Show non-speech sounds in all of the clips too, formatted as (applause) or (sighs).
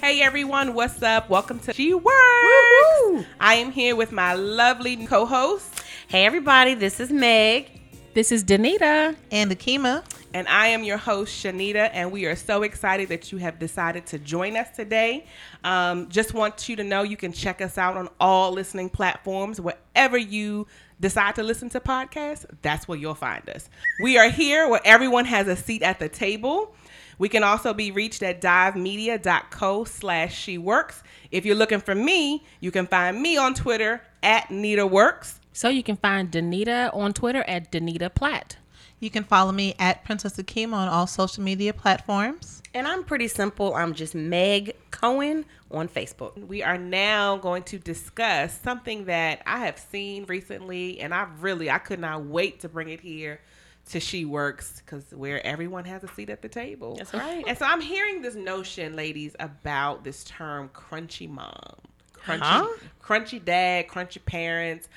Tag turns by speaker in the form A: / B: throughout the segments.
A: Hey everyone, what's up? Welcome to She Works. I am here with my lovely co-host,
B: Hey, everybody, this is Meg.
C: This is Danita.
D: and Akima.
A: and I am your host, Shanita, and we are so excited that you have decided to join us today. Um, just want you to know you can check us out on all listening platforms, wherever you decide to listen to podcasts, that's where you'll find us. We are here where everyone has a seat at the table. We can also be reached at divemedia.co slash she works. If you're looking for me, you can find me on Twitter at Nita Works.
C: So you can find Danita on Twitter at Danita Platt.
D: You can follow me at Princess Akima on all social media platforms.
B: And I'm pretty simple. I'm just Meg Cohen on Facebook.
A: We are now going to discuss something that I have seen recently, and I really I could not wait to bring it here to She Works because where everyone has a seat at the table. That's
B: right.
A: And so I'm hearing this notion, ladies, about this term "crunchy mom," crunchy,
B: Huh?
A: crunchy dad, crunchy
B: (laughs)
A: parents.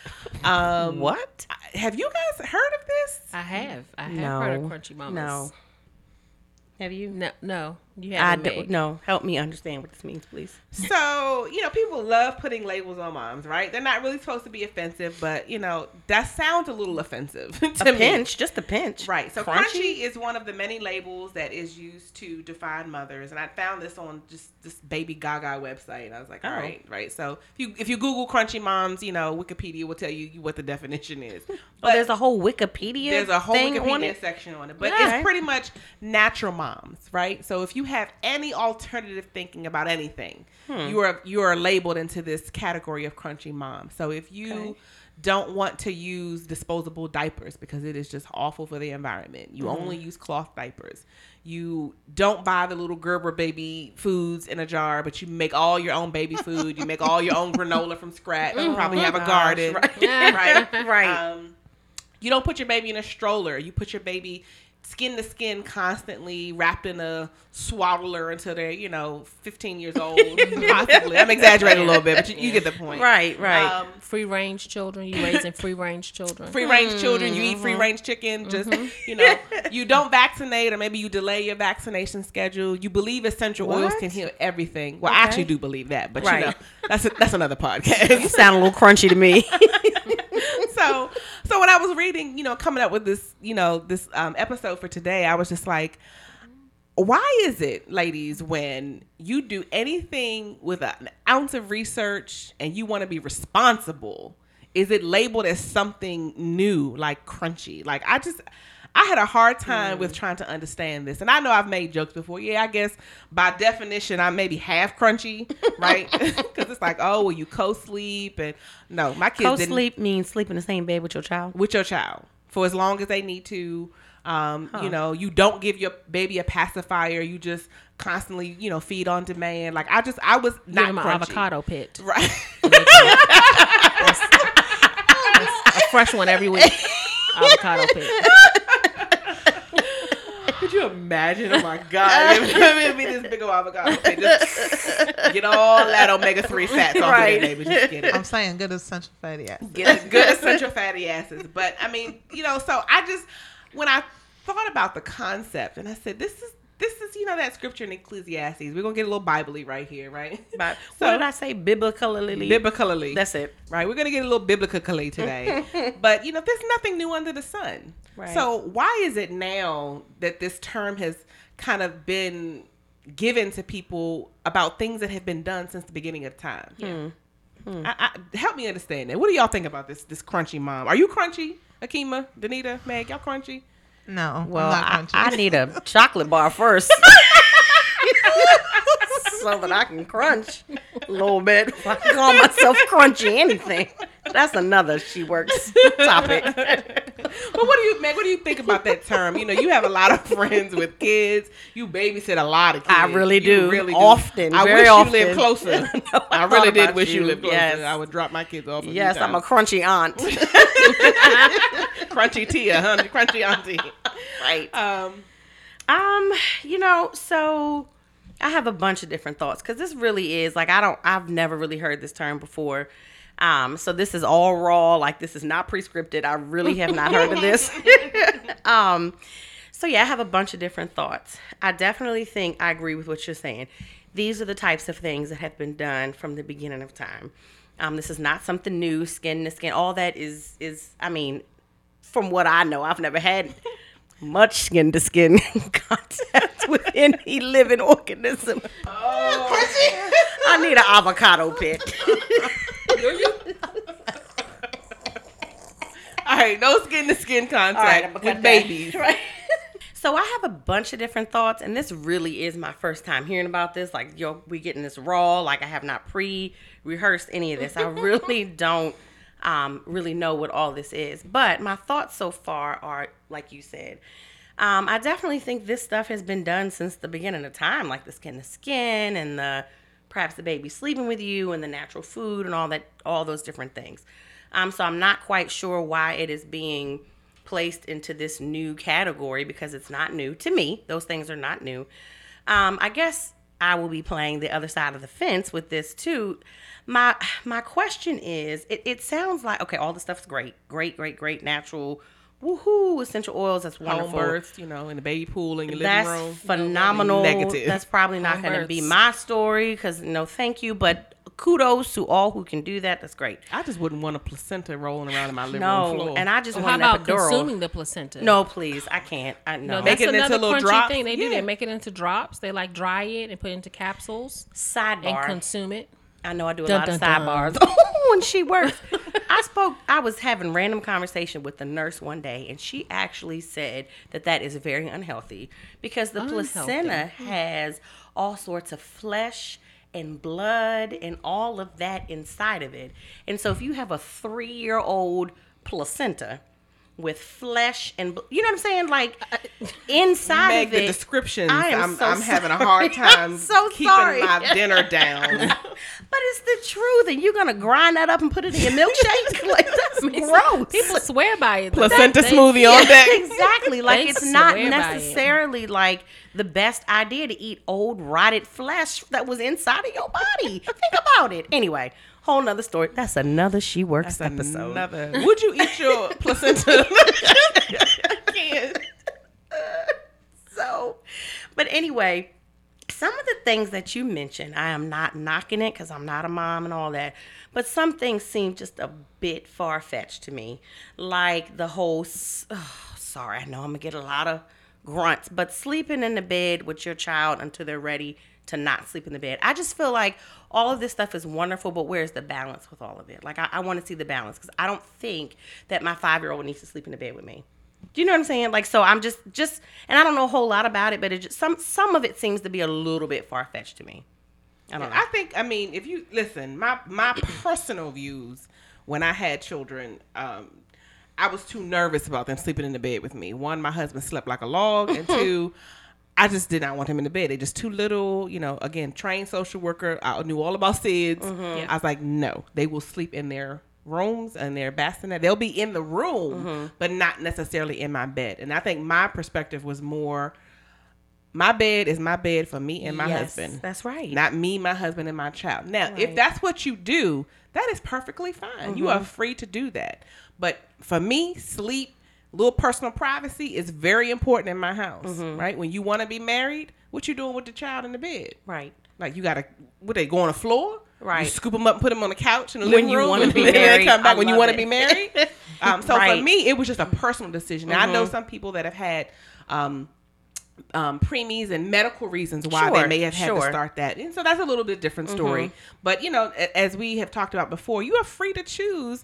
A: Um,
B: What?
A: have you guys heard of this?
C: I have. I have
B: No.
C: heard of Crunchy Mamas.
B: No. Have you?
C: No. No. You
B: I
C: haven't.
B: don't
C: Meg.
B: know. Help me understand what this means,
A: (laughs)
B: please.
A: So, you know, people love putting labels on moms, right? They're not really supposed to be offensive, but, you know, that sounds a little offensive (laughs) to
B: A
A: me.
B: pinch, just a pinch. Oh,
A: Right. So crunchy? is one of the many labels that is used to define mothers, and I found this on just this Baby Gaga website. And I was like, all
B: Oh.
A: right, right. So if you if you Google crunchy moms, you know Wikipedia will tell you what the definition is.
B: Oh, there's a whole Wikipedia.
A: There's a whole
B: thing on
A: Wikipedia
B: it.
A: section on it, but
B: Okay.
A: it's pretty much natural moms, right? So if you have any alternative thinking about anything,
B: Hmm.
A: you are you are labeled into this category of crunchy mom. So if you
B: Okay.
A: don't want to use disposable diapers because it is just awful for the environment, you
B: Mm-hmm.
A: only use cloth diapers. You don't buy the little Gerber baby foods in a jar, but you make all your own baby food. You make all your
B: (laughs)
A: own granola from scratch. You probably have a garden, (laughs) right?
B: Oh (laughs) Right.
A: Um, you don't put your baby in a stroller. You put your baby skin to skin constantly wrapped in a swaddler until they're, you know, 15 years old. (laughs) possibly. I'm exaggerating a little bit, but you, you get the point.
B: right. Right.
A: Um,
C: Free range children.
B: (laughs)
C: You raising free range children.
A: free range children, you eat free range chicken, just, you (laughs) know, you don't vaccinate or maybe you delay your vaccination schedule. You believe essential oils
B: What?
A: can heal everything. Well, I actually do believe that, but
B: Right.
A: you know, that's a, that's another (laughs) podcast.
B: you sound a little crunchy
A: (laughs)
B: to me. (laughs)
A: so so when I was reading, you know, coming up with this, you know, this um, episode for today, I was just like, why is it, ladies, when you do anything with an ounce of research and you want to be responsible, is it labeled as something new, like crunchy? Like I just. I had a hard time with trying to understand this. And I know I've made jokes before. Yeah, I guess by definition, I'm maybe half crunchy, right? (laughs) Because it's like, oh, well, you co sleep. And no, my kids
B: Co
A: didn't
B: sleep means sleep in the same bed with your child.
A: with your child for as long as they need to. Um, You know, you don't give your baby a pacifier. You just constantly, you know, feed on demand. Like I just, I was
C: Give
A: not
C: him an
A: crunchy.
C: avocado pit. (laughs)
A: Right.
C: A
B: (laughs)
C: fresh one every week. avocado pit.
A: Could you imagine? Oh (laughs) my god, it'd be this big of avocado. They (laughs) just get all that omega three fats off
B: Right.
A: of their baby. Just get
B: (laughs)
A: it.
D: I'm saying good essential fatty acid.
A: Get good essential fatty acids. But I mean, you know, so I just when I thought about the concept and I said, this is this is you know that scripture in Ecclesiastes. We're gonna get a little biblically right here, right?
B: But
A: So-
B: what did I say? Biblically.
A: Biblically.
B: That's it.
A: right? We're going to get a little biblically today. but, you know, there's nothing new under the sun.
B: Right.
A: So, why is it now that this term has kind of been given to people about things that have been done since the beginning of time? I, I, help me understand that. What do y'all think about this this crunchy mom? Are you crunchy, Akima, Danita, Meg? Y'all crunchy?
D: No,
B: Well,
D: I'm
B: I,
D: not crunchy.
B: I need a chocolate bar first. so that I can crunch a little bit. I call myself crunchy anything. That's another she works topic.
A: But what do you, Meg? What do you think about that term? You know, you have a lot of friends with kids. You babysit a lot of kids.
B: I really
A: You
B: do. Often.
A: I
B: Very
A: wish
B: often.
A: you lived closer.
B: (laughs) No,
A: I
B: I
A: really
B: thought
A: did
B: about
A: wish you,
B: you.
A: lived closer.
B: Yes.
A: I would drop my kids off.
B: Yes, I'm a crunchy aunt.
A: crunchy tia, huh? Crunchy auntie.
B: right.
A: (laughs) Um,
B: Um, you know, so I have a bunch of different thoughts because this really is like I don't I've never really heard this term before. Um, so this is all raw, like this is not prescripted. I really have not heard of this. (laughs) um, So yeah, I have a bunch of different thoughts. I definitely think I agree with what you're saying. These are the types of things that have been done from the beginning of time. Um, this is not something new, skin to skin. All that is is I mean, from what I know, I've never had much skin to skin (laughs) contact (laughs) with any living organism. I need an avocado pick.
A: All right, no skin to skin
B: All right, I'm
A: contact
B: gonna
A: with
B: cut that.
A: babies.
B: Right. so I have a bunch of different thoughts, and this really is my first time hearing about this. Like, yo, we getting this raw. Like, I have not pre-rehearsed any of this. I really don't um, really know what all this is. But my thoughts so far are, like you said, um, I definitely think this stuff has been done since the beginning of time, like the skin to skin and the perhaps the baby sleeping with you and the natural food and all that, all those different things. Um, so I'm not quite sure why it is being placed into this new category because it's not new to me. Those things are not new. Um, I guess I will be playing the other side of the fence with this too. My my question is, it, it sounds like okay, all the stuff's great, great, great, great, natural, woohoo, essential oils. That's
A: Home
B: wonderful.
A: births, you know, in the baby pool in your
B: That's
A: living room.
B: phenomenal.
A: Negative.
B: That's probably not going to be my story because no, thank you. But kudos to all who can do that. That's great.
A: I just wouldn't want a placenta rolling around in my living room
B: No,
A: floor.
B: and I just
C: How
B: want
C: about
B: an epidural.
C: consuming the placenta?
B: No, please, I can't. I know.
C: No,
A: Make
C: that's
A: it into
C: another
A: little
C: crunchy
A: drops.
C: thing they do.
A: Yeah.
C: They make it into drops. They like dry it and put it into capsules and
B: Sidebar.
C: consume it.
B: I know I do a
C: Dun,
B: lot of
C: dun, dun.
B: sidebars (laughs) when she works. I spoke. I was having random conversation with the nurse one day, and she actually said that that is very unhealthy because the placenta has all sorts of flesh and blood and all of that inside of it. And so, if you have a three-year-old placenta with flesh and bl- you know what I'm saying, like inside
A: Uh, Meg,
B: of
A: the
B: it,
A: descriptions.
B: I am
A: I'm,
B: so
A: I'm having a
B: sorry.
A: hard time
B: (laughs) I'm so
A: keeping
B: sorry.
A: my dinner down.
B: (laughs) But it's the truth, and you're gonna grind that up and put it in your
C: (laughs)
B: milkshake. like that's gross.
C: People swear by it.
A: placenta
C: They-
A: smoothie on (laughs) deck.
B: exactly. Like
C: They
B: it's not
C: swear by it.
B: necessarily like the best idea to eat old rotted flesh that was inside of your body. Think about it. Anyway, whole nother story. That's another she works episode.
A: Another. Would you eat your placenta? Can't.
B: (laughs) so, but anyway, some of the things that you mentioned, I am not knocking it because I'm not a mom and all that, but some things seem just a bit far fetched to me. Like the whole, s- ugh, sorry, I know I'm going to get a lot of grunts, but sleeping in the bed with your child until they're ready to not sleep in the bed. I just feel like all of this stuff is wonderful, but where's the balance with all of it? Like, I, I want to see the balance because I don't think that my five year old needs to sleep in the bed with me. Do you know what I'm saying? Like, so I'm just, just, and I don't know a whole lot about it, but it just, some, some of it seems to be a little bit far fetched to me. I don't know.
A: I think I mean if you listen, my my personal views when I had children, um, I was too nervous about them sleeping in the bed with me. One, my husband slept like a log,
B: (laughs)
A: and two, I just did not want him in the bed. They just too little, you know. Again, trained social worker, I knew all about SIDS.
B: Mm-hmm.
A: I was like, no, they will sleep in their rooms and their bassinet. They'll be in the room,
B: Mm-hmm.
A: but not necessarily in my bed. And I think my perspective was more. My bed is my bed for me and my
B: Yes,
A: husband.
B: That's right.
A: Not me, my husband, and my child. Now, if that's what you do, that is perfectly fine. You are free to do that. But for me, sleep, little personal privacy is very important in my house, right? When you want to be married, what you doing with the child in the bed?
B: right.
A: Like you gotta, what they go on the floor?
B: Right.
A: You scoop them up and put them on the couch in the
B: When
A: living
B: you
A: room,
B: wanna
A: and
B: be
A: then (laughs) they
B: married,
A: come back
B: I
A: when you
B: love
A: want to
B: it.
A: be
B: (laughs)
A: married. Um, so for
B: Right. Mm-hmm.
A: me, it was just a personal decision. Now, I know some people that have had um, um, preemies and medical reasons why they
B: Sure,
A: may have had to
B: sure. Mm-hmm.
A: start that, and so that's a little bit different story. But you know, a- as we have talked about before, you are free to choose.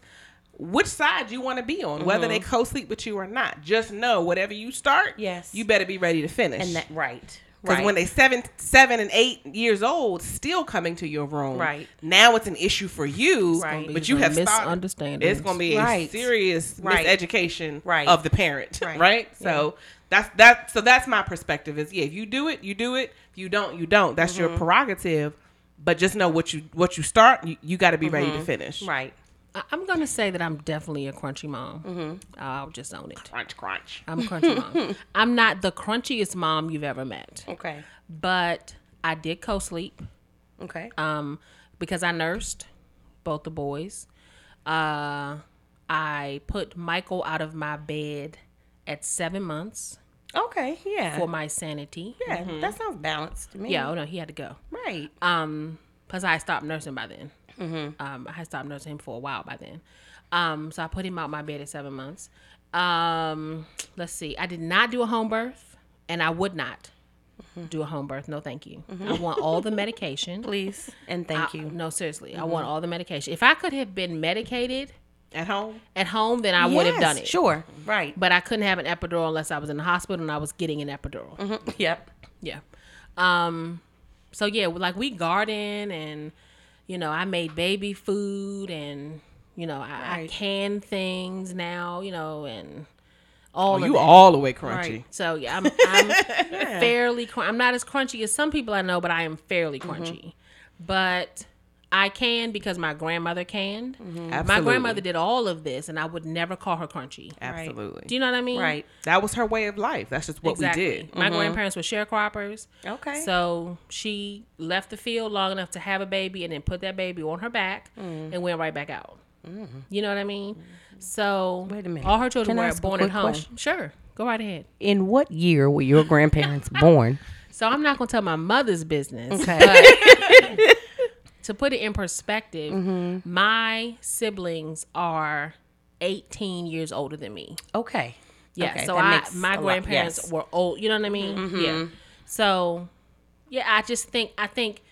A: Which side you want to be on, whether they
B: Mm-hmm.
A: co-sleep with you or not, just know whatever you start,
B: Yes.
A: you better be ready to finish.
B: And that, right.
A: Because
B: Right.
A: when they seven, seven and eight years old, still coming to your room.
B: Right.
A: now, it's an issue for you.
B: gonna be
A: But you
C: some
A: have started-
C: misunderstandings.
A: It's going to be a
B: Right.
A: serious
B: Right.
A: miseducation
B: Right.
A: of the parent. (laughs) Right.
B: Right.
A: So that's that. So that's my perspective. Is yeah, if you do it, you do it. If you don't, you don't. That's
B: Mm-hmm.
A: your prerogative. But just know what you what you start, you, you got to be ready to finish.
B: Mm-hmm. right.
C: I- I'm gonna say that I'm definitely a crunchy mom.
A: Mm-hmm.
C: I'll just own it.
A: Crunch, crunch.
B: Uh,
C: I'm a crunchy
A: (laughs)
C: mom. I'm not the crunchiest mom you've ever met,
B: Okay.
C: but I did co-sleep
B: Okay.
C: um, because I nursed both the boys. Uh, I put Michael out of my bed at seven months.
B: Okay, yeah.
C: for my sanity.
B: yeah, that sounds balanced to me.
C: Yeah, oh no, he had to go.
B: Right.
C: Um, plus I had stopped nursing by then.
B: Mm-hmm.
C: Um, I had stopped nursing him for a while by then. Um, so I put him out my bed at seven months. Um, let's see. I did not do a home birth, and I would not do a home birth. No, thank you. I want all the medication.
B: Mm-hmm. Please and thank
C: I-
B: you. Mm-hmm.
C: No, seriously, I want all the medication. If I could have been medicated
A: At home?
C: at home, then I would have done it.
B: Sure. Right.
C: But I couldn't have an epidural unless I was in the hospital and I was getting an epidural.
B: (laughs) Mm-hmm. Yep.
C: Yeah. Um so yeah, like we garden and you know, I made baby food and you know, I, I
B: Right.
C: can things now, you know, and all of
A: Oh, you
C: that.
A: all the way crunchy.
C: So yeah, I'm,
B: (laughs)
C: I'm fairly. Crun- I'm not as crunchy as some people I know, but I am fairly
B: Mm-hmm.
C: crunchy. But I can because my grandmother can. My
B: Mm-hmm.
A: Absolutely.
C: grandmother did all of this, and I would never call her crunchy.
A: Absolutely.
C: Do you know what I mean?
B: Right. Mm-hmm.
A: That was her way of life. That's just what we did.
C: My grandparents were sharecroppers.
B: Okay.
C: So she left the field long enough to have a baby and then put that baby on her back
B: Mm.
C: and went right back out. You know what I mean? So
B: Mm-hmm. Wait a minute.
C: all her children
B: Can I
C: were
B: ask a
C: born at
B: quick
C: home.
B: question?
C: Sure. Go right ahead.
B: In what year were your grandparents (laughs) born?
C: So I'm not going to tell my mother's business.
B: Okay. (laughs)
C: but to put it in perspective,
B: Mm-hmm.
C: my siblings are 18 years older than me.
B: Okay.
C: Yeah.
B: Okay,
C: so
B: that
C: I
B: makes a
C: my
B: lot-
C: grandparents
B: yes. Mm-hmm.
C: were old. You know what I mean? Yeah. So yeah, I just think I think (sighs)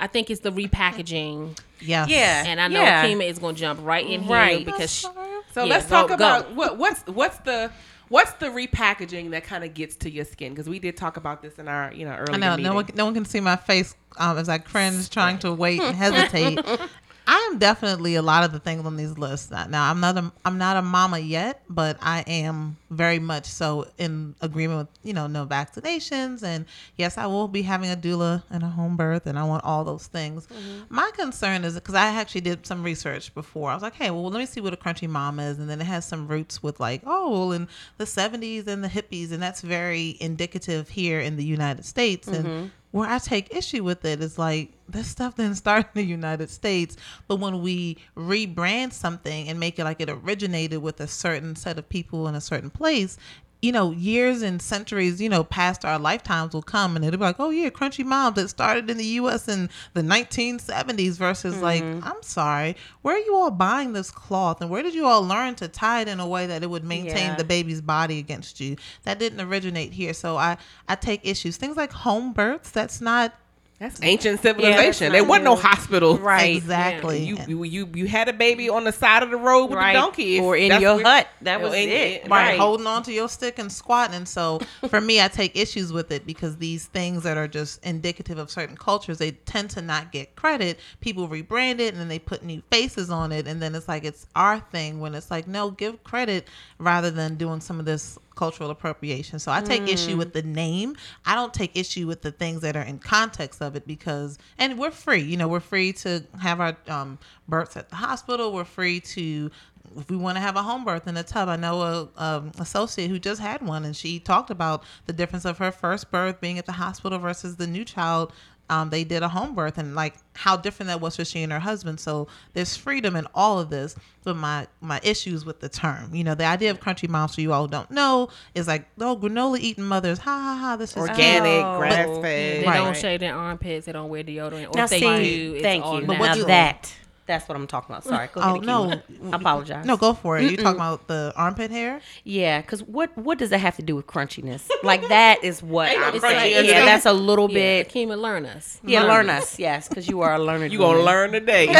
C: I think it's the repackaging,
D: Yes.
B: Yeah.
C: and I know
B: yeah.
C: Akima is going to jump right in
B: Right.
C: here because she,
A: So
C: Yeah,
A: let's
C: go-
A: talk
C: go.
A: about what what's what's the what's the repackaging that kind of gets to your skin because we did talk about this in our you know earlier.
D: I know.
A: meeting.
D: No one, no one can see my face um, as I cringe, trying to wait and hesitate.
B: (laughs)
D: I am definitely a lot of the things on these lists. Now, now, I'm not a I'm not a mama yet, but I am very much so in agreement with you know no vaccinations and yes, I will be having a doula and a home birth, and I want all those things. My concern is because I actually did some research before. I was like, hey, well, let me see what a crunchy mom is, and then it has some roots with like oh, well, in the '70s and the hippies, and that's very indicative here in the United States and where I take issue with it is like this stuff didn't start in the United States, but when we rebrand something and make it like it originated with a certain set of people in a certain place, you know, years and centuries, you know, past our lifetimes will come and it'll be like, oh yeah, crunchy moms that started in the U.S. in the 1970s versus like, I'm sorry, where are you all buying this cloth and where did you all learn to tie it in a way that it would maintain
B: Yeah.
D: the baby's body against you? That didn't originate here, so I I take issues. Things like home births, that's not
A: that's ancient civilization.
B: not
A: there wasn't no
B: new.
A: hospitals.
B: Right.
D: Exactly.
A: You, you you you had a baby on the side of the road with
B: Right.
A: the donkey
B: Or in your hut. That
A: Oh,
B: was it.
D: right.
B: Right.
D: holding on to your stick and squatting. And so for me, I take issues with it because these things that are just indicative of certain cultures, they tend to not get credit. People rebrand it and then they put new faces on it. And then it's like, it's our thing when it's like, no, give credit rather than doing some of this cultural appropriation. So I take issue with the name. I don't take issue with the things that are in context of it because, and we're free, you know, we're free to have our um, births at the hospital. We're free to, if we want to have a home birth in a tub. I know a um, associate who just had one and she talked about the difference of her first birth being at the hospital versus the new child um, they did a home birth and like how different that was for she and her husband. So there's freedom in all of this. But my my issues with the term, you know, the idea of crunchy moms for you all who don't know is like, oh, granola eating mothers, ha ha ha. This is cute.
A: organic,
B: Oh.
A: grass
C: they
A: fed.
D: Right.
C: don't shave their armpits, they don't wear deodorant, or
B: Now,
C: if they
B: see,
C: do, it's
B: thank
C: all
B: you.
D: But what do-
C: natural.
B: that? That's what I'm talking about. Sorry. Go
D: Oh
B: ahead,
D: no,
B: Akima. I apologize.
D: no, go for it. You talking about the armpit hair?
B: Yeah, because what what does that have to do with crunchiness? Like that is what
A: Ain't no
B: I'm
A: crunchy
B: saying.
A: as
B: Yeah,
A: it.
B: that's a little
C: yeah,
B: bit.
C: Akima, learn us.
B: Yeah, learn us. Yes, because you are a learner.
A: You gonna learn
B: (laughs)
A: today.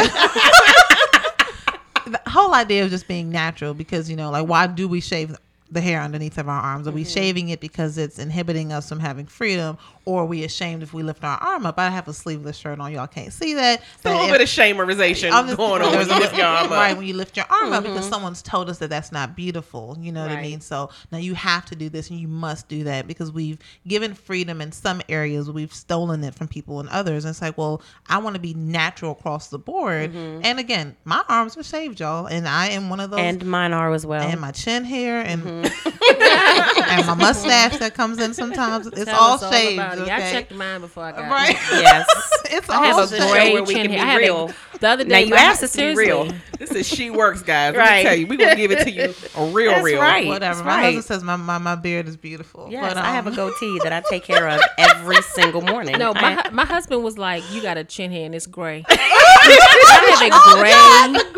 D: the whole idea of just being natural because you know like why do we shave the hair underneath of our arms are we
A: Mm-hmm.
D: shaving it because it's inhibiting us from having freedom or are we ashamed if we lift our arm up i have a sleeveless shirt on y'all can't see that
A: a little bit of shamerization
D: I'm just-
A: going on
B: (laughs)
D: there's
A: with
D: a-
A: this guy.
D: Right, when you lift your arm up
A: Mm-hmm.
D: because someone's told us that that's not beautiful. You know what I
B: Right.
D: mean? So now you have to do this and you must do that because we've given freedom in some areas, we've stolen it from people in others. And it's like, well, I want to be natural across the board.
A: Mm-hmm.
D: And again, my arms were shaved, y'all. And I am one of those.
B: And mine are as well.
D: and my chin hair and (laughs) and my mustache that comes in sometimes. It's
C: Tell
D: all
C: us all
D: shaved.
C: about it.
D: okay?
C: I checked mine before I got
D: Right.
B: Yes.
D: (laughs) it's
C: I
D: all
C: have
B: Also
C: a
B: show
D: shaved.
B: where
C: great
B: we
C: chin
B: can be
C: hair. I had a-
B: real.
C: the other day,
B: Now, you
C: my-
B: asked us to be
C: seriously,
B: real.
A: This is she works, guys. Let
B: Right.
A: me tell you, we will give it to
B: (laughs)
A: you a real,
B: That's
A: real.
B: right.
D: Whatever.
B: That's
D: My
B: right.
D: husband says my, my, my beard is beautiful.
B: Yes,
D: but,
B: I have a
D: um,
B: goatee that I take care of every single
A: (laughs)
B: morning.
C: No, my,
B: I-
C: hu- my husband was like, "You got a chin hair and it's (laughs) gray." (laughs) I have a Oh,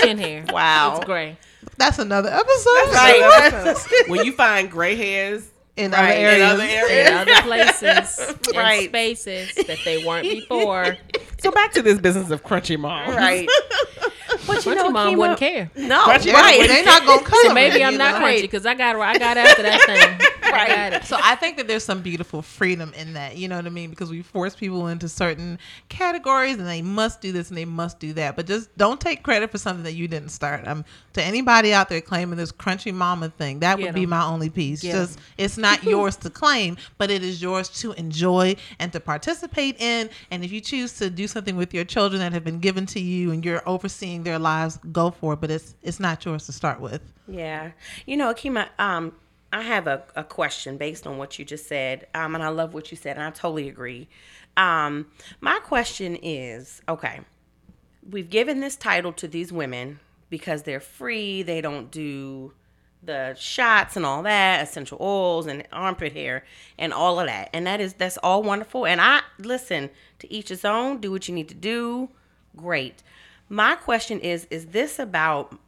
C: gray chin hair.
B: wow.
C: It's (laughs) gray.
D: That's another episode. (laughs)
B: Right.
A: When you find gray hairs
D: In,
B: Right,
D: other
B: in
D: areas.
A: in other areas.
C: In other places
B: Right.
C: and spaces that they (laughs) weren't before,
A: So back to this business of crunchy mom.
B: (laughs) right.
C: but
B: know,
C: mom
B: chemo-
C: wouldn't care.
B: No,
A: Crunchy
B: right. (laughs)
D: They're not
C: (laughs)
D: gonna cover.
C: So maybe
D: it,
C: I'm
D: you
C: not
D: know?
C: crunchy because I got where I got after that
B: (laughs)
C: thing. I got it.
D: So I think that there's some beautiful freedom in that, you know what I mean? Because we force people into certain categories and they must do this and they must do that. But just don't take credit for something that you didn't start. Um, to anybody out there claiming this crunchy mama thing, that
C: Get
D: would be
C: 'em.
D: my only piece. Just it's
B: (laughs)
D: not yours to claim, but it is yours to enjoy and to participate in. And if you choose to do something with your children that have been given to you and you're overseeing their lives, go for it. But it's it's not yours to start with.
B: Yeah. You know, Akima, um, I have a, a question based on what you just said. Um, and I love what you said, and I totally agree. Um, my question is okay, we've given this title to these women because they're free, they don't do the shots and all that, essential oils and armpit hair and all of that. And that is that's all wonderful. And I listen to each his own, do what you need to do. Great. My question is is this about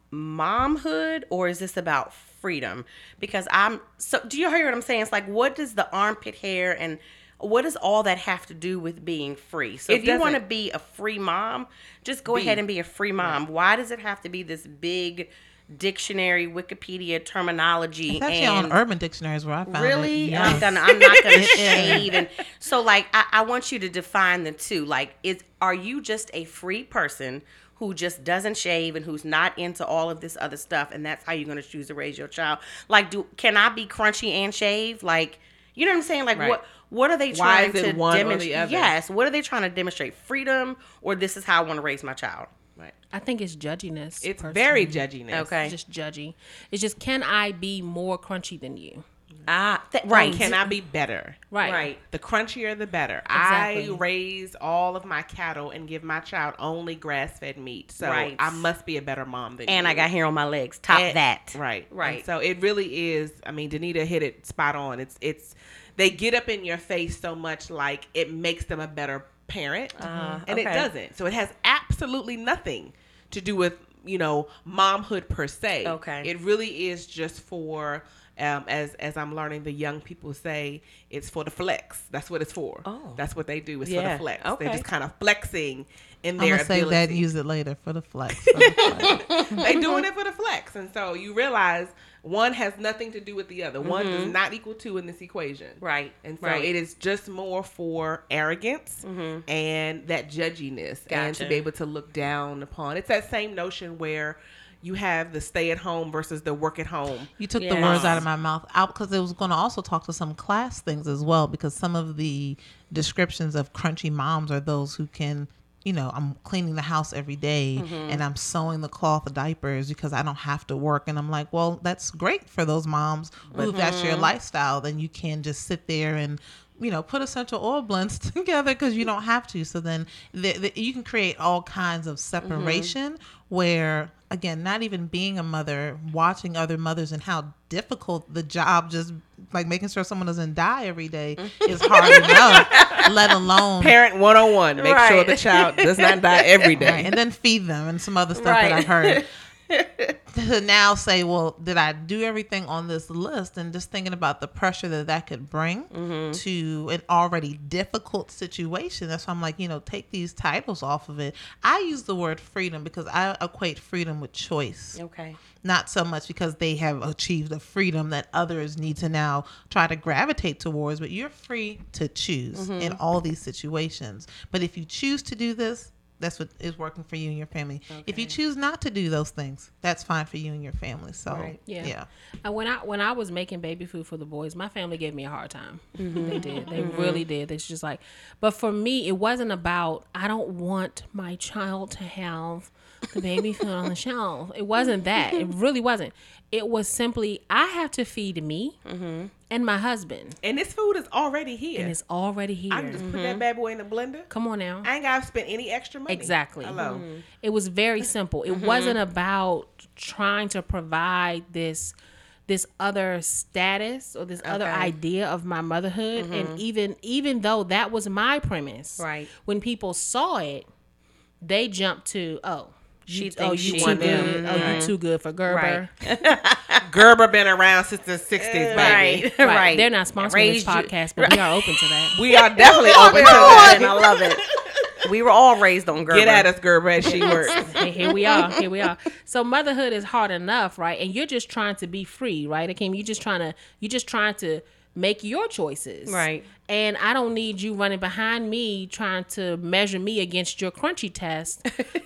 B: momhood or is this about freedom? Because I'm so do you hear what I'm saying? It's like what does the armpit hair and what does all that have to do with being free? So
A: It
B: if you want to
A: doesn't.
B: be a free mom, just go ahead and be a free mom. Why does it have to be this big dictionary, Wikipedia terminology?
D: It's actually on
B: and
D: Urban Dictionaries where I found it.
B: really, um, I'm
D: Yes.
B: gonna, I'm
A: (laughs)
B: not gonna shade. And so, like, I, I want you to define the two. Like, is are you just a free person? Who just doesn't shave and who's not into all of this other stuff, and that's how you're gonna choose to raise your child. Like, do can I be crunchy and shave? Like, you know what I'm saying? Like,
A: Right.
B: what what are they
A: Why
B: trying
A: is it
B: to
A: one or the
B: demonstrate?
A: other?
B: Yes, what are they trying to demonstrate? Freedom, or this is how I want to raise my child?
A: Right.
C: I think it's judginess.
A: It's
C: personally.
A: very judginess.
B: Okay,
C: It's just judgy. It's just can I be more crunchy than you?
B: ah, th- right.
A: Can I be better?
C: Right.
B: Right.
A: The crunchier the better. I
C: Exactly.
A: raise all of my cattle and give my child only grass fed meat. So
B: Right.
A: I must be a better mom than
B: And
A: you.
B: I got hair on my legs. Top
A: And-
B: that.
A: Eh, Right.
B: Right.
A: And so it really is. I mean, Danita hit it spot on. It's it's they get up in your face so much like it makes them a better parent, Mm-hmm. and it
B: Uh-huh. okay.
A: doesn't. So it has absolutely nothing to do with you know momhood per se.
B: Okay.
A: It really is just for. Um, as as I'm learning, the young people say it's for the flex. That's what it's for.
B: Oh.
A: that's what they do. It's for
B: Yeah.
A: the flex.
B: Okay.
A: They're just kind of flexing in
D: I'm
A: their
D: gonna save that and
A: ability.
D: use it later for the flex. For the
A: (laughs)
D: flex.
B: (laughs)
A: they doing it for the flex and so you realize one has nothing to do with the other one does not equal two in this equation
B: Mm-hmm. Right.
A: and so
B: right. Mm-hmm.
A: it is just more for arrogance and that judginess and to
B: Gotcha.
A: be able to look down upon it's that same notion where you have the stay at home versus the work at home
D: you took the
B: Yes.
D: words out of my mouth out because it was going to also talk to some class things as well because some of the descriptions of crunchy moms are those who can you know i'm cleaning the house every day
A: Mm-hmm.
D: and i'm sewing the cloth of diapers because i don't have to work and i'm like well that's great for those moms who if that's
A: Mm-hmm.
D: your lifestyle then you can just sit there and you know put essential oil blends (laughs) together because you don't have to so then the, the, you can create all kinds of separation where again not even being a mother watching other mothers and how difficult the job just like making sure someone doesn't die every day is hard enough let alone
A: parent 101 make sure
B: Right.
A: the child does not
B: (laughs)
A: die every day
D: Right, and then feed them and some other stuff
B: Right.
D: that
A: (laughs)
D: I've heard. to now say, well, did I do everything on this list? And just thinking about the pressure that that could bring
A: Mm-hmm.
D: to an already difficult situation. That's why I'm like, you know, take these titles off of it. I use the word freedom because I equate freedom with choice
B: okay.
D: not so much because they have achieved a freedom that others need to now try to gravitate towards, but you're free to choose in all these situations. But if you choose to do this, that's what is working for you and your family. If you choose not to do those things, that's fine for you and your family. So,
C: Yeah.
D: yeah.
C: And when I when I was making baby food for the boys, my family gave me a hard time. They did. They really did. It's just like, but for me, it wasn't about. I don't want my child to have the baby fell on the shelf. It wasn't that. It really wasn't. It was simply I have to feed me and my husband,
A: And this food is already here.
C: and it's already here.
A: I can just put
B: Mm-hmm.
A: that bad boy in the blender.
C: Come on now.
A: I ain't gotta spend any extra money.
C: Exactly. Mm-hmm.
A: Hello.
B: Mm-hmm.
C: It was very simple. It wasn't about trying to provide this this other status or this other idea of my motherhood and even even though that was my premise.
B: Mm-hmm. Right.
C: When people saw it, they jumped to, "Oh,
B: She
C: you,
B: thinks
C: oh, you
B: she
C: too
B: won
C: good. Oh, you too good for Gerber."
A: Gerber been around since the sixties, baby.
B: Uh, Right. Right.
C: Right. They're not sponsoring
B: Raised
C: this
B: you-
C: podcast,
B: (laughs)
C: but we are open to that.
A: We (laughs) are definitely
B: Open
A: open
B: to
A: to
B: that,
A: that.
B: and Oh, I love it. (laughs) We were all raised on Gerber.
A: Get at us, Gerber, as she works.
C: Hey, here we are. Here we are. So motherhood is hard enough, right? And you're just trying to be free, right? Akeem, you're just trying to you're just trying to make your choices.
B: Right.
C: And I don't need you running behind me trying to measure me against your crunchy test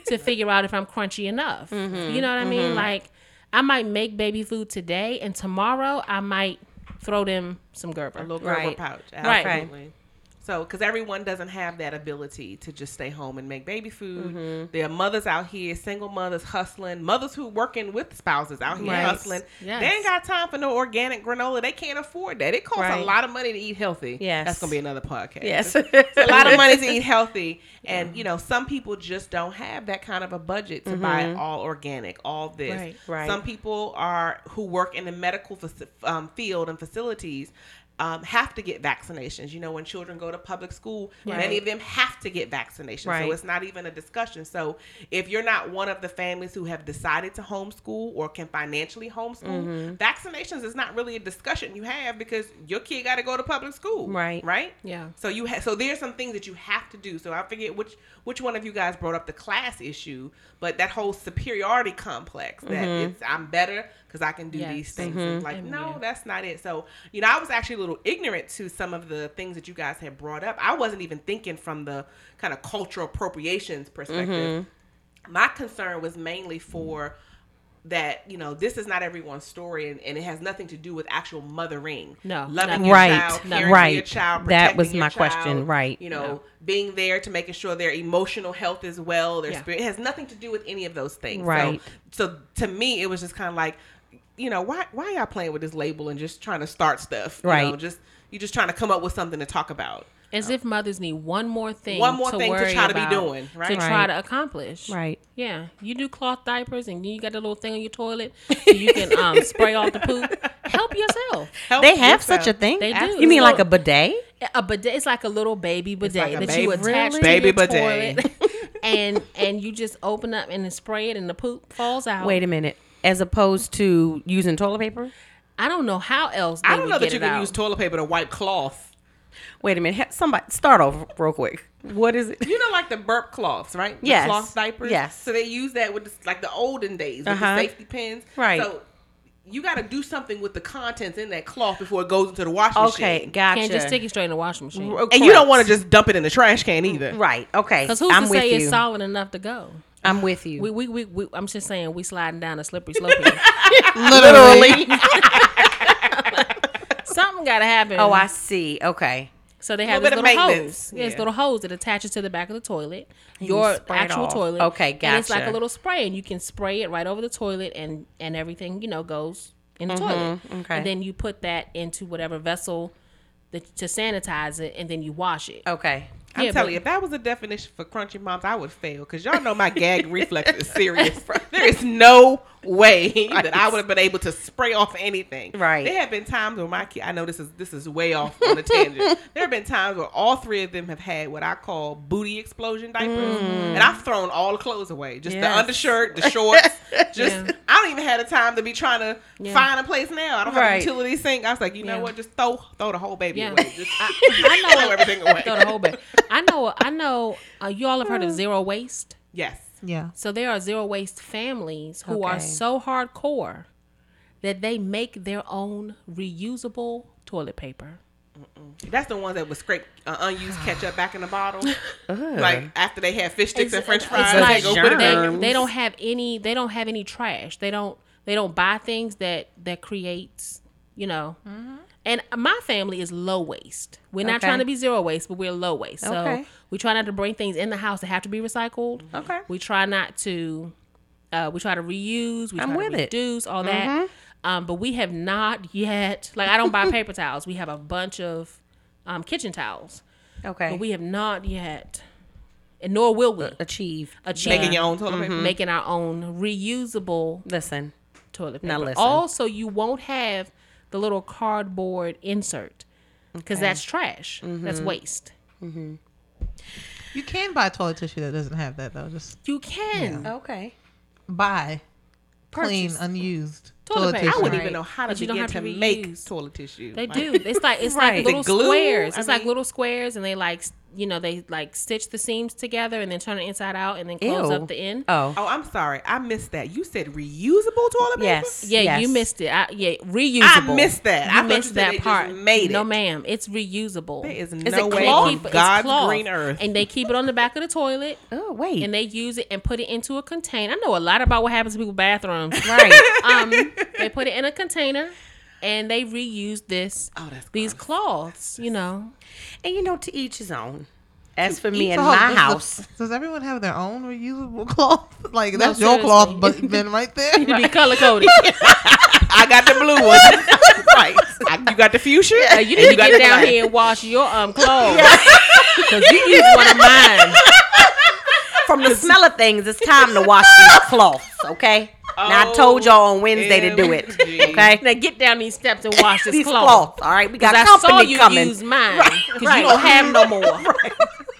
C: to figure out if I'm crunchy enough. You know what I mean? Like I might make baby food today and tomorrow I might throw them some Gerber.
A: Little Gerber
B: Right.
A: pouch.
C: Right.
A: Absolutely. So, because everyone doesn't have that ability to just stay home and make baby food. There are mothers out here, single mothers hustling, mothers who working with spouses out here
B: Right.
A: hustling.
C: Yes.
A: They ain't got time for no organic granola. They can't afford that. It costs
B: Right.
A: a lot of money to eat healthy.
B: Yes.
A: That's going to be another podcast. (laughs)
B: Yes. (laughs)
A: a lot of money to eat healthy and you know some people just don't have that kind of a budget to buy all organic all this
C: Right,
B: Mm-hmm. right.
A: some people are who work in the medical faci- um, field and facilities um, have to get vaccinations. You know, when children go to public school, many of them have to get vaccinations.
B: Right.
A: So it's not even a discussion. So if you're not one of the families who have decided to homeschool or can financially
B: Mm-hmm.
A: homeschool, vaccinations is not really a discussion you have because your kid got to go to public school.
B: Right.
A: Right.
C: Yeah.
A: So you ha- so there's some things that you have to do. So I forget which which one of you guys brought up the class issue, but that whole superiority complex that it's I'm better because I can do
C: Mm-hmm. Yes. Mm-hmm.
A: these things. It's like
C: And
A: no,
C: yeah.
A: that's not it. So you know, I was actually a little ignorant to some of the things that you guys had brought up. I wasn't even thinking from the kind of cultural appropriations perspective
C: Mm-hmm.
A: my concern was mainly for that you know this is not everyone's story and, and it has nothing to do with actual mothering
C: No,
A: loving
C: nothing.
A: your
B: Right,
A: child
B: no.
A: caring for
B: right.
A: your child
B: That was
A: protecting
B: my
A: your child,
B: question, right.
A: you know being there to making sure their emotional health is well their
C: Yeah.
A: spirit it has nothing to do with any of those things So-
B: Right.
A: so, to me it was just kind of like you know why why y'all playing with this label and just trying to start stuff you
B: Right.
A: know, just you're just trying to come up with something to talk about
C: As if mothers need one more thing,
A: One more
C: to
A: thing to
C: worry
A: try to be
C: about,
A: doing,
C: to
A: right?
C: try
B: Right.
C: to accomplish,
B: Right.
C: Yeah, you do cloth diapers, and then you got the little thing on your toilet, so you
A: (laughs)
C: can um, spray off the poop. Help yourself.
A: Help
B: They have
A: yourself.
B: such a thing.
C: They do.
B: You mean
C: So-
B: like a bidet?
C: A bidet, it's like a little baby bidet
A: like a
C: that you
A: baby-
C: attach to
A: Baby
C: your
A: bidet. (laughs)
C: toilet, and and you just open up and then spray it, and the poop falls out.
B: Wait a minute. As opposed to using toilet paper?
C: I don't know how else. They
A: i don't
C: would
A: know that
C: get
A: you
C: it
A: can
C: out.
A: use toilet paper to wipe cloth
B: Wait a minute. He- Somebody start off real quick. What is it? (laughs)
A: You know, like the burp cloths, right? The
B: Yes.
A: cloth diapers.
B: Yes.
A: So they use that with the, like the olden days with
B: Uh-huh.
A: the safety pins.
B: Right.
A: So you got to do something with the contents in that cloth before it goes into the washing
B: Okay,
A: machine.
B: gotcha.
C: Can't just stick it straight in the washing machine.
A: And you don't want to just dump it in the trash can either.
B: Right. Okay.
C: Because who's
B: I'm
C: to
B: with
C: say
B: you.
C: it's solid enough to go?
B: I'm with you.
C: We, we, we, we, I'm just saying we sliding down a slippery slope. Here.
D: Literally.
C: Something got to happen.
B: oh, I see. Okay.
C: So they have this
A: Little
C: little
A: bit of
C: hose.
A: maintenance.
C: Yeah. It's
A: Yeah.
C: little hose that attaches to the back of the toilet, your
B: spray it
C: actual
B: off.
C: toilet.
B: Okay,
C: And it's like a
B: gotcha.
C: little spray, and you can spray it right over the toilet, and and everything you know goes in the toilet.
B: okay.
C: And then you put that into whatever vessel that, to sanitize it, and then you wash it.
B: Okay.
A: I'm
C: Yeah,
A: telling
C: but-
A: you, if that was a definition for crunchy moms, I would fail because y'all know my
C: (laughs)
A: gag reflex is serious. There is no way that I would have been able to spray off anything.
B: Right.
A: There have been times where my kid. I know this is this is way off on a
C: (laughs)
A: tangent. There have been times where all three of them have had what I call booty explosion diapers,
C: Mm.
A: and I've thrown all the clothes away. Just
B: Yes.
A: the undershirt,
C: (laughs)
A: the shorts. just
C: Yeah.
A: I don't even have the time to be trying to find a place now. I don't
B: Right.
A: have a utility sink. I was like, you know
C: Yeah.
A: what? Just throw throw the whole baby
C: Yeah.
A: away. Just
C: I,
A: (laughs)
C: I
A: throw
C: know.
A: everything away.
C: (laughs) throw the whole bag. I know. I know. Uh, you all have heard of zero waste.
A: yes.
D: (laughs) yeah.
C: So there are zero waste families who are
B: Okay.
C: so hardcore that they make their own reusable toilet paper.
A: That's the ones that would scrape uh, unused ketchup back in the (sighs) bottle. like after they had fish sticks and French fries,
C: It's
A: they
C: like
A: go put it
C: they,
A: in.
C: they don't have any. They don't have any trash. They don't. They don't buy things that that creates. You know. And my family is low waste. We're not
B: Mm-hmm. Okay.
C: trying to be zero waste, but we're low waste. So
B: Okay.
C: we try not to bring things in the house that have to be recycled.
B: Okay.
C: We try not to Uh, we try to reuse. We
B: I'm
C: try
B: with
C: to
B: it. Mm-hmm.
C: reduce all that. Um, but we have not yet. Like I don't
B: (laughs)
C: buy paper towels. We have a bunch of um, kitchen towels,
B: Okay. Uh-uh.
C: but we have not yet, and nor will we
B: achieve.
C: achieve
A: Making your own toilet
B: Mm-hmm.
A: paper.
C: making our own reusable
B: Listen.
C: toilet paper.
B: Now listen.
C: Also, you won't have the little cardboard insert because that's trash.
B: Mm-hmm.
C: That's waste.
D: You can buy toilet tissue that doesn't have that though. Just
C: You can
B: Okay.
D: buy clean,
C: Purchase.
D: unused
C: Toilet
D: toilet,
C: paper.
A: I
D: tissue.
A: wouldn't
B: Right.
A: even know how to
C: But you don't
A: begin
C: have
A: to,
C: to
A: make
C: reuse.
A: toilet tissue.
C: They
A: Like,
C: do. It's
B: (laughs)
C: like it's
B: Right.
C: like
B: The
C: little
A: glue,
C: squares.
A: I
C: It's like
A: mean-
C: little squares, and they like s- you know they like stitch the seams together and then turn it inside out and then close
B: Ew.
C: up the end.
B: Oh.
A: Oh, I'm sorry. I missed that. You said reusable toilet paper?
B: Yes.
C: Yeah,
B: yes.
C: you missed it. I, yeah, reusable.
A: I missed that.
C: You
A: I thought you
C: missed
A: said they
C: that
A: just
C: part.
A: made
C: No,
A: it.
C: ma'am, it's reusable.
A: There is
B: Is
A: no
B: it
A: way
B: cloth?
A: on
C: Keep- it's
A: God's
C: cloth,
A: green earth.
C: and they keep it on the back of the toilet.
B: Oh wait.
C: and they use it and put it into a container. I know a lot about what happens to
A: (laughs)
C: people's bathrooms.
B: right.
C: um, they put it in a container and they reuse this
A: Oh, that's
C: these cloths, you know.
B: and you know, to each his own. As for me
D: So
B: and
D: hold-
B: my
D: does the-
C: (laughs)
B: house,
D: does everyone have their own reusable (laughs) cloth? Like that's your
C: seriously.
D: cloth, but then right there.
C: To be (laughs) color coded.
A: I got the
C: (laughs)
A: blue one. (laughs) right. I- you got the fuchsia? and
C: you need to
A: got
C: get
A: the
C: down
A: black.
C: here and wash your (laughs) um clothes. Cause you use one of mine.
B: from the smell of things, it's time to wash
C: (laughs)
B: these cloths. Okay. now I
C: Oh,
B: told y'all on Wednesday to do it.
A: OMG.
B: (laughs) Okay.
C: (laughs) Now get down these steps and wash this
B: These
C: cloth.
B: cloths. All right. We
C: 'Cause
B: got
C: I saw
B: company
C: you
B: coming.
C: use mine. Cause
B: right.
C: you don't have
B: (laughs)
C: no more.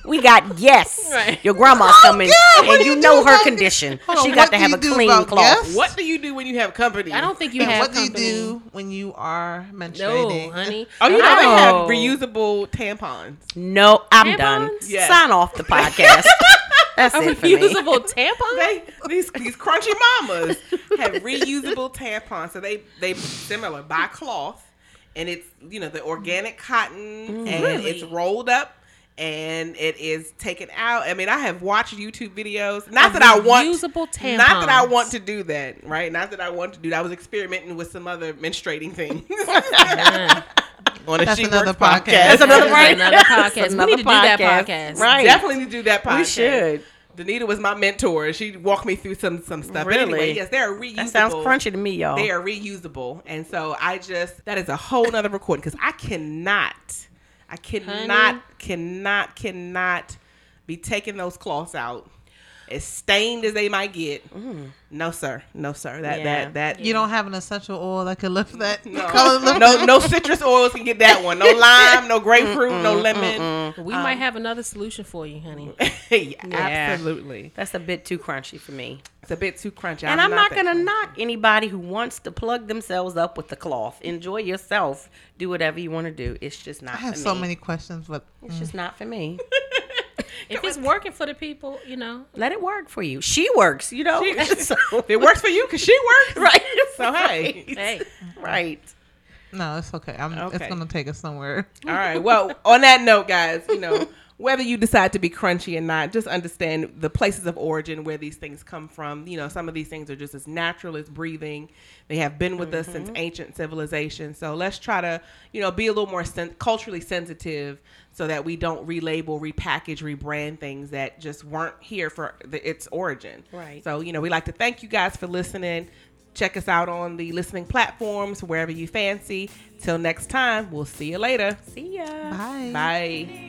B: We got yes.
C: Right. Oh,
B: Your grandma's coming,
D: God, what
B: and
D: do
B: you
D: you
B: know
D: do
B: her
D: about-
B: condition.
D: Hold on,
B: She
D: what
B: got to
D: do
B: have
D: you
B: a
D: do
B: clean
D: about
B: cloth.
D: gas?
A: What do you do when you have company?
C: I don't think you
D: And
C: have
D: what do you
C: company.
D: do when you are menstruating?
C: No, honey.
A: Oh, you know
B: No.
A: they have reusable tampons.
B: No, I'm done.
C: Tampons?
A: Yes.
B: Sign off
C: (laughs)
B: the podcast. That's
C: A
B: it for me.
C: reusable tampon?
A: They these these crunchy mamas have reusable tampons, so they they similar by cloth, and it's you know the organic cotton, and it's rolled up. And it is taken out. I mean, I have watched YouTube videos. Not
C: Of
A: that I want,
C: reusable
A: not that I
C: tampons.
A: want to do that, right? Not that I want to do that. I was experimenting with some other menstruating things
C: Yeah.
A: on a
D: That's
A: She
D: another
A: Works
D: podcast.
A: podcast.
D: That's
B: another
C: That is
B: right.
C: another podcast.
B: That's another
C: we need to do that
B: podcast.
C: podcast.
B: Right.
A: Definitely need to do that podcast.
B: We should.
A: Danita was my mentor. She walked me through some some stuff. But
B: Really?
A: anyway, yes, they are reusable.
B: That sounds crunchy to me, y'all.
A: They are reusable, and so I just that is a whole nother recording because I cannot, I cannot,
C: Honey.
A: cannot, cannot be taking those cloths out as stained as they might get. No sir, no sir. That
B: Mm. Yeah.
A: that that
D: (laughs) You don't have an essential oil that could lift that
A: No.
D: (laughs) color. Lift
A: no, no citrus oils can get that
B: (laughs)
A: one. No lime, no grapefruit, no lemon.
C: But we might
D: Um,
C: have another solution for
D: (laughs)
C: you, honey.
A: (laughs) yeah, Absolutely,
B: That's a bit too crunchy for me.
A: it's a bit too crunchy.
B: And I'm, not,
A: that
B: gonna
A: crunchy.
B: knock anybody who wants to plug themselves up with the cloth. Enjoy yourself. Do whatever you want to do. It's just not
D: I have
B: for
D: so
B: me.
D: many questions, but
B: It's just not for me.
C: If it's working for the people, you (laughs) know.
B: Let it work for you. She works, you know. (laughs) so,
A: If it works for you, cause she works.
B: (laughs) right.
A: So hey,
C: Hey,
B: (laughs) Right.
D: no, it's okay. I'm, It's
A: Okay.
D: gonna take us somewhere.
A: All right. Well, on that note, guys, you know, whether you decide to be crunchy or not, just understand the places of origin where these things come from. You know, some of these things are just as natural as breathing. They have been with us since ancient civilization. So let's try to, you know, be a little more sen- culturally sensitive so that we don't relabel, repackage, rebrand things that just weren't here for the, its origin.
B: Right.
A: So, you know, we like to thank you guys for listening. Check us out on the listening platforms, wherever you fancy. Till next time, we'll see you later.
B: See ya.
D: Bye.
A: Bye.